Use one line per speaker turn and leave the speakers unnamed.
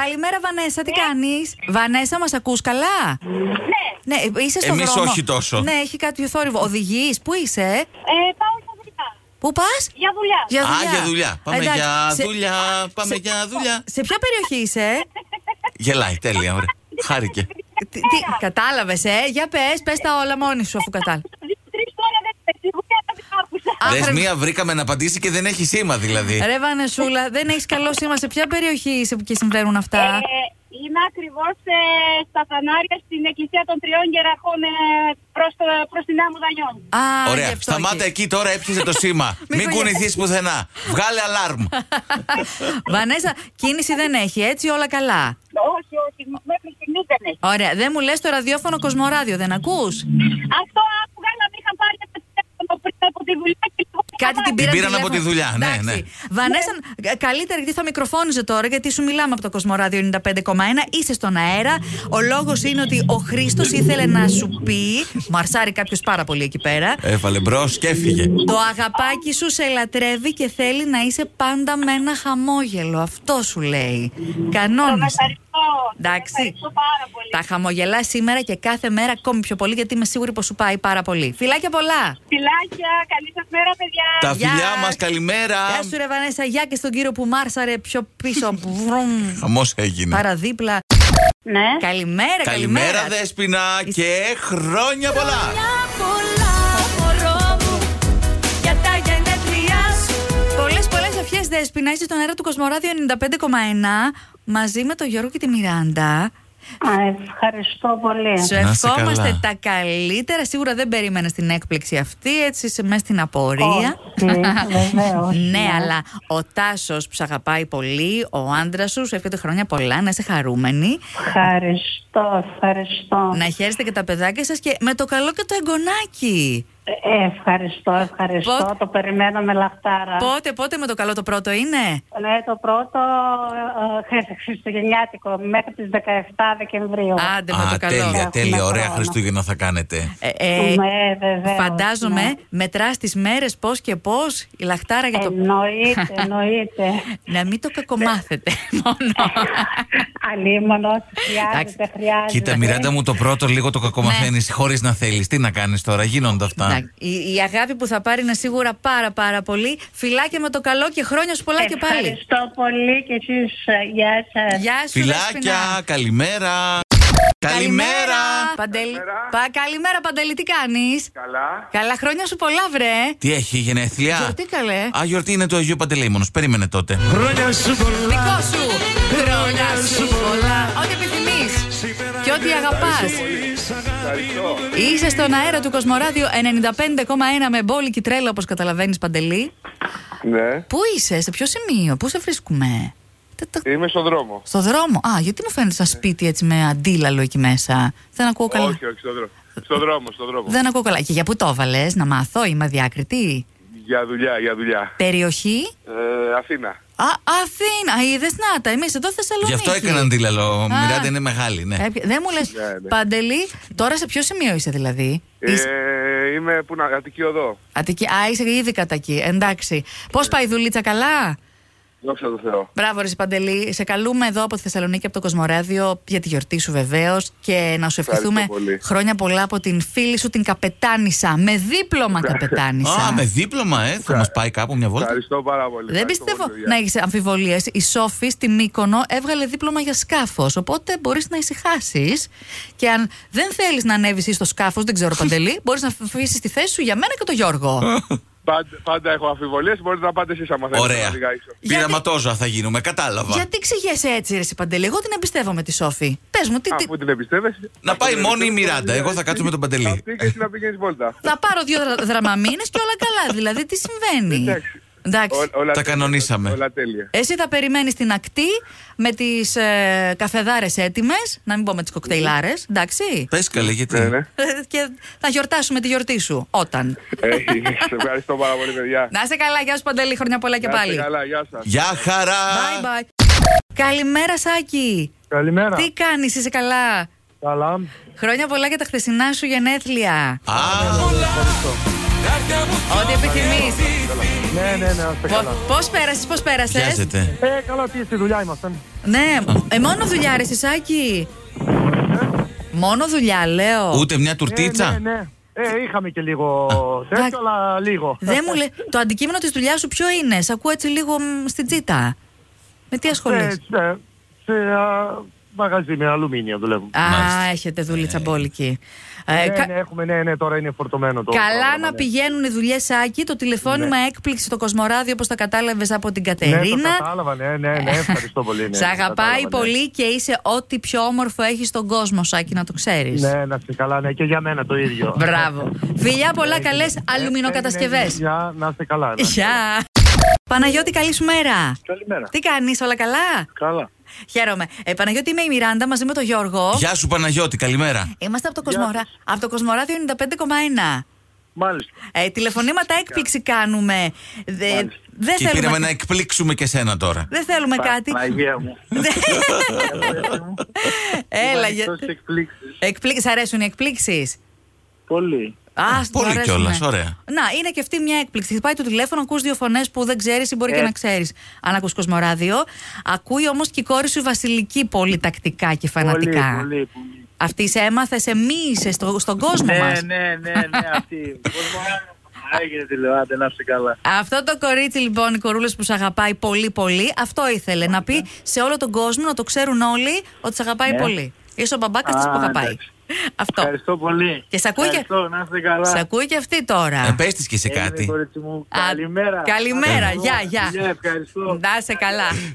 Καλημέρα, Βανέσα, τι
Ναι.
κάνεις. Βανέσα, μας ακούς καλά.
Ναι,
Ναι, ε, είσαι στον
Εμείς
δρόμο.
όχι τόσο.
Ναι, έχει κάποιο θόρυβο. Οδηγείς, πού είσαι,
ε, πάω στα δυτικά.
Πού πας.
Για δουλειά.
Για δουλειά.
Α, για δουλειά. Πάμε
Εντάξει,
για
σε-
δουλειά. Πάμε για δουλειά.
Σε ποια περιοχή είσαι,
Γελάει, τέλεια, ωραία. Χάρηκε.
τι, τι, κατάλαβες, ε, για πες, πες τα όλα μόνη σου αφού κατάλαβες.
Δύο-τρει τώρα δεν είμαι σίγουρη, αλλά δεν άκουσα.
Α,
Δες
ρε-
μία βρήκαμε να απαντήσει και δεν έχει σήμα δηλαδή.
Ρε Βανεσούλα, δεν έχεις καλό σήμα, σε ποια περιοχή είσαι που και συμβαίνουν αυτά.
Ε, είμαι ακριβώς στα φανάρια στην εκκλησία των τριών γεραχών ε, προς, το, προς την άμμο Δανιών.
Α, γι'
Ωραία,
αυτό
σταμάτα
εκεί.
εκεί τώρα, έπιασε το σήμα.
Μην
Μην
κουνιέσαι.
κουνηθείς πουθενά. Βγάλε αλάρμ.
Βανέσα, κίνηση δεν έχει, έτσι όλα καλά.
Όχι, όχι, μέχρι στιγμής δεν έχει.
Ωραία, δεν μου λες το ραδιόφωνο Κοσμοράδιο, δεν ακούς.
Αυτό άκουγα να μην είχα πάρει το τηλέφωνο πριν από τη δουλειά και το είχα
Κάτι την
πάρει.
πήραν,
πήραν από
τηλέφωνο.
τη δουλειά, ναι,
Εντάξει.
ναι.
Βανέσα, ε, καλύτερα γιατί θα μικροφώνιζε τώρα, γιατί σου μιλάμε από το Κοσμοράδιο 95,1. Είσαι στον αέρα. Ο λόγος είναι ότι ο Χρήστος ήθελε να σου πει. Μαρσάρει κάποιος πάρα πολύ εκεί πέρα.
Έφαλε μπρος και έφυγε.
Το αγαπάκι σου σε λατρεύει και θέλει να είσαι πάντα με ένα χαμόγελο. Αυτό σου λέει.
Τον
Κανόνισε.
ευχαριστώ.
Εντάξει.
Τον Ευχαριστώ πάρα πολύ.
Τα χαμογελάς σήμερα και κάθε μέρα ακόμη πιο πολύ, γιατί είμαι σίγουρη πως σου πάει πάρα πολύ. Φιλάκια πολλά.
Φιλάκια, καλή σας μέρα, παιδιά.
Τα
Γεια.
φιλιά μας, καλημέρα.
Γεια σου, ρε Βανέσα. Γεια και στον κύριο που μάρσαρε πιο πίσω. Βρουμ.
Χαμός έγινε.
Παραδίπλα.
Ναι.
Καλημέρα,
Ε. Καλημέρα,
καλημέρα.
Δέσπινα, και χρόνια πολλά.
Πολλέ, πολλέ ευχέ, Δέσπινα. Είσαι στον αέρα του Κοσμοράδιο 95,1 μαζί με τον Γιώργο και τη Μιράντα.
ευχαριστώ πολύ.
Σου
Να είσαι
ευχόμαστε
καλά.
τα καλύτερα. Σίγουρα δεν περίμενε την έκπληξη αυτή, έτσι είσαι μέσα στην απορία. ναι, αλλά ο Τάσος που σε αγαπάει πολύ, ο άντρας σου, σου εύχεται χρόνια πολλά, να είσαι χαρούμενη.
Ευχαριστώ, ευχαριστώ.
Να χαίρεστε και τα παιδάκια σας και με το καλό και το εγγονάκι.
Ε, ευχαριστώ, ευχαριστώ.
Πότε-
Το περιμένω με λαχτάρα.
Πότε, πότε με το καλό το πρώτο είναι.
Ναι, το πρώτο ε, ε, Χριστουγεννιάτικο μέχρι τις 17 Δεκεμβρίου.
Άντε με
Α,
το
τέλεια,
καλό.
Έχουμε
τέλεια. Ωραία
χρόνο.
Χριστούγεννα θα κάνετε.
Ε, ε,
Ναι, βεβαίως,
φαντάζομαι,
ναι.
μετράς τις μέρες πώς και πώς η λαχτάρα για το.
Εννοείται, εννοείται.
Να μην το κακομάθετε
Ναι.
μόνο.
Αλίμονο, χρειάζεται,
Εντάξει.
χρειάζεται.
Κοίτα, Μιράντα μου το πρώτο λίγο
Ναι.
το κακομαθαίνεις χωρίς να θέλεις. Τι να κάνεις τώρα, γίνονται αυτά.
Να, η, η αγάπη που θα πάρει είναι σίγουρα πάρα πάρα πολύ. Φιλάκια με το καλό και χρόνια σου πολλά και πάλι.
Ε, Ευχαριστώ πολύ και εσείς. ε, Γεια σας.
Γεια σου, Δεσποινά.
Φιλάκια, καλημέρα. Καλημέρα!
Παντελή. Πα, καλημέρα, Παντελή, τι κάνεις.
Καλά.
Καλά, χρόνια σου πολλά, βρε.
Τι έχει, γενέθλια.
Γιορτή ε. καλέ.
Α, γιορτή είναι του Αγίου Παντελεήμονος. Περίμενε τότε.
Δικό σου. Χρόνια σου πολλά. Ό,τι επιθυμείς και ό,τι αγαπά.
Ευχαριστώ.
Είσαι στον αέρα του Κοσμοράδιο 95,1 με μπόλικη τρέλα, όπως καταλαβαίνεις, Παντελή.
Ναι.
Πού είσαι, σε ποιο σημείο, πού σε βρίσκουμε. Τα- τα-
Είμαι στον δρόμο.
Στο δρόμο. Α, γιατί μου φαίνεται σαν σπίτι έτσι με αντίλαλο εκεί μέσα. Δεν ακούω καλά.
Όχι, όχι, στον δρόμο. Στον δρόμο, στον δρόμο.
Δεν ακούω καλά. Και για πού το έβαλες, να μάθω, είμαι διάκριτη.
Για δουλειά, για δουλειά.
Περιοχή.
Ε, Αθήνα.
Α, Αθήνα, είδες να τα. Εμείς εδώ Θεσσαλονίκη.
Γι' αυτό έκαναν τίλαλο. Μιράντα είναι μεγάλη, ναι.
Έπια- Δεν μου λες,
Ναι, ναι.
Παντελή, τώρα σε ποιο σημείο είσαι δηλαδή. Είσαι...
Ε, είμαι που να, Αττική Οδό.
Αττική... Α, είσαι ήδη κατά εκεί. Εντάξει. Πώς
Ε.
πάει η δουλίτσα, καλά.
Δόξα τω Θεώ.
Μπράβο, Ρε Παντελή. Σε καλούμε εδώ από τη Θεσσαλονίκη, από το Κοσμοράδιο, για τη γιορτή σου βεβαίως. Και να σου ευχηθούμε
Ευχαριστώ πολύ.
χρόνια πολλά από την φίλη σου, την Καπετάνησα. Με δίπλωμα Καπετάνησα.
Α, με δίπλωμα, ε. Θα μας πάει κάπου μια βόλτα.
Ευχαριστώ πάρα πολύ.
Δεν
Ευχαριστώ
πιστεύω
πολύ, παιδιά.
να έχεις αμφιβολίες. Η Σόφη στη Μύκονο έβγαλε δίπλωμα για σκάφος. Οπότε μπορείς να ησυχάσεις. Και αν δεν θέλεις να ανέβεις στο σκάφος, δεν ξέρω Παντελή, μπορείς να αφήσεις τη θέση σου για μένα και τον Γιώργο.
Πάντα, πάντα έχω αμφιβολίες, μπορείτε να πάτε εσείς άμα θέλετε.
Ωραία.
να λιγάξω.
Γιατί-
Πειραματόζα θα γίνουμε, κατάλαβα.
Γιατί ξηγέσαι έτσι, Ρε Παντελή. Εγώ την εμπιστεύομαι τη Σόφη. Πες μου, τι, τι-
Αφού την εμπιστεύεσαι.
Να πάει
Αφού την
μόνη η
εμπιστεύεσαι,
Μιράντα. Εγώ θα κάτσω με τον Παντελή.
Αυτή και εσύ να πηγαίνεις βόλτα.
θα πάρω δύο δρα- δραμαμίνες και όλα καλά. Δηλαδή, τι συμβαίνει.
Εντάξει.
Εντάξει.
Ό- όλα
Τα
τέλεια.
κανονίσαμε.
Όλα τέλεια.
Εσύ θα περιμένεις την ακτή με τις ε, καφεδάρες έτοιμες, να μην πω με τις κοκτέιλάρες, εντάξει.
Πες καλέ, γιατί.
Ναι, ναι.
και θα γιορτάσουμε τη γιορτή σου όταν.
Ε, σε ευχαριστώ πάρα πολύ, παιδιά.
Να είσαι καλά, γεια σου Παντελή, χρόνια πολλά και
Να είστε
πάλι.
Καλά, γεια σας.
Γεια χαρά!
Bye bye. Καλημέρα Σάκη,
Καλημέρα.
τι κάνεις, είσαι καλά.
Καλά.
Ναι,
Χρόνια πολλά για τα χθεσινά σου γενέθλια.
Α,
Ό,τι επιθυμείς.
Ναι, ναι, ναι, να είστε καλά.
Πώς πέρασες, πώς πέρασες.
Βιάζεται.
Ε, καλά, τι στη δουλειά ήμασταν.
Ναι, ε, μόνο δουλειά, ρε Σισάκη. Μόνο δουλειά, λέω.
Ούτε μια
Ε,
τουρτίτσα.
ναι, ναι. Ε, είχαμε και λίγο τέτοιο,
εντάξει.
αλλά λίγο.
Δεν μου λέ... Το αντικείμενο της δουλειάς σου ποιο είναι. Σ' ακούω έτσι λίγο μ, στην τσίτα. Με τι ασχολείσαι.
Ε, ναι, σε α, μαγαζί με αλουμίνια δουλεύουμε.
Α,
Μάλιστα.
έχετε δούλη μπόλικη.
Ε,
Ε,
ναι, ναι, έχουμε, ναι, ναι, τώρα είναι φορτωμένο το.
Καλά
πρόγραμμα,
να
ναι.
πηγαίνουν οι δουλειές, Άκη. Το τηλεφώνημα έκπληξε το Κοσμοράδιο, όπως τα κατάλαβες από την
Ναι, το
Κατερίνα.
κατάλαβα, ναι, ναι, ναι, ευχαριστώ πολύ. Ναι,
Σ' αγαπάει
κατάλαβα, ναι.
πολύ και είσαι ό,τι πιο όμορφο έχεις στον κόσμο, Σάκη, να το ξέρεις.
Ναι, να είστε καλά, ναι, και για μένα το ίδιο. Ε,
Μπράβο. Ε, Φιλιά, πολλά καλέ αλουμινοκατασκευέ.
Ναι, ναι, ναι, Να είστε καλά. να είστε
Γεια. Παναγιώτη, καλή σου μέρα.
Καλημέρα.
Τι κάνεις, όλα καλά.
Καλά.
Χαίρομαι. Ε, Παναγιώτη, είμαι η Μιράντα μαζί με τον Γιώργο.
Γεια σου Παναγιώτη, καλημέρα.
Είμαστε από το, Κοσμορα... από το Κοσμοράδιο 95,1.
Μάλιστα.
Ε, τηλεφωνήματα έκπληξη κάνουμε. Δε-
Μάλιστα.
Δεν
Και πήραμε
θέλουμε,
να εκπλήξουμε και σένα τώρα.
δεν θέλουμε κάτι.
Παναγία μου.
Έλα,
Είμαι
για-
ανοιχτός σε εκπλήξεις.
Εκπλή... Σ' αρέσουν οι εκπλήξεις.
Πολύ.
Α,
Ε, πολύ κιόλας, ωραία.
Να, είναι και αυτή μια έκπληξη. Πάει το τηλέφωνο, ακούς δύο φωνές που δεν ξέρεις ή μπορεί και
Ε.
να ξέρεις. Αν ακούς Κοσμοράδιο. Ακούει όμως και η κόρη σου η Βασιλική πολύ τακτικά και φανατικά.
Πολύ, πολύ.
Αυτή σε έμαθε, σε μίησε στο, στον κόσμο μας.
ναι, ναι, ναι, αυτή. Έγινε τηλεοράτε, να είστε καλά.
Αυτό το κορίτσι λοιπόν, η κορούλας που σε αγαπάει πολύ πολύ, αυτό ήθελε να πει σε όλο τον κόσμο, να το ξέρουν όλοι ότι σε αγαπάει πολύ. Είσαι ο μπαμπάκας τη
Ναι. Α,
που αγαπάει.
εντάξει.
Αυτό.
πολύ.
Και σ' ακούει και- Ευχαριστώ,
να είστε καλά.
Σε ακούει και αυτή τώρα.
Ε, πες της και σε κάτι.
Α, Καλημέρα, γεια, γεια. Να σε καλά.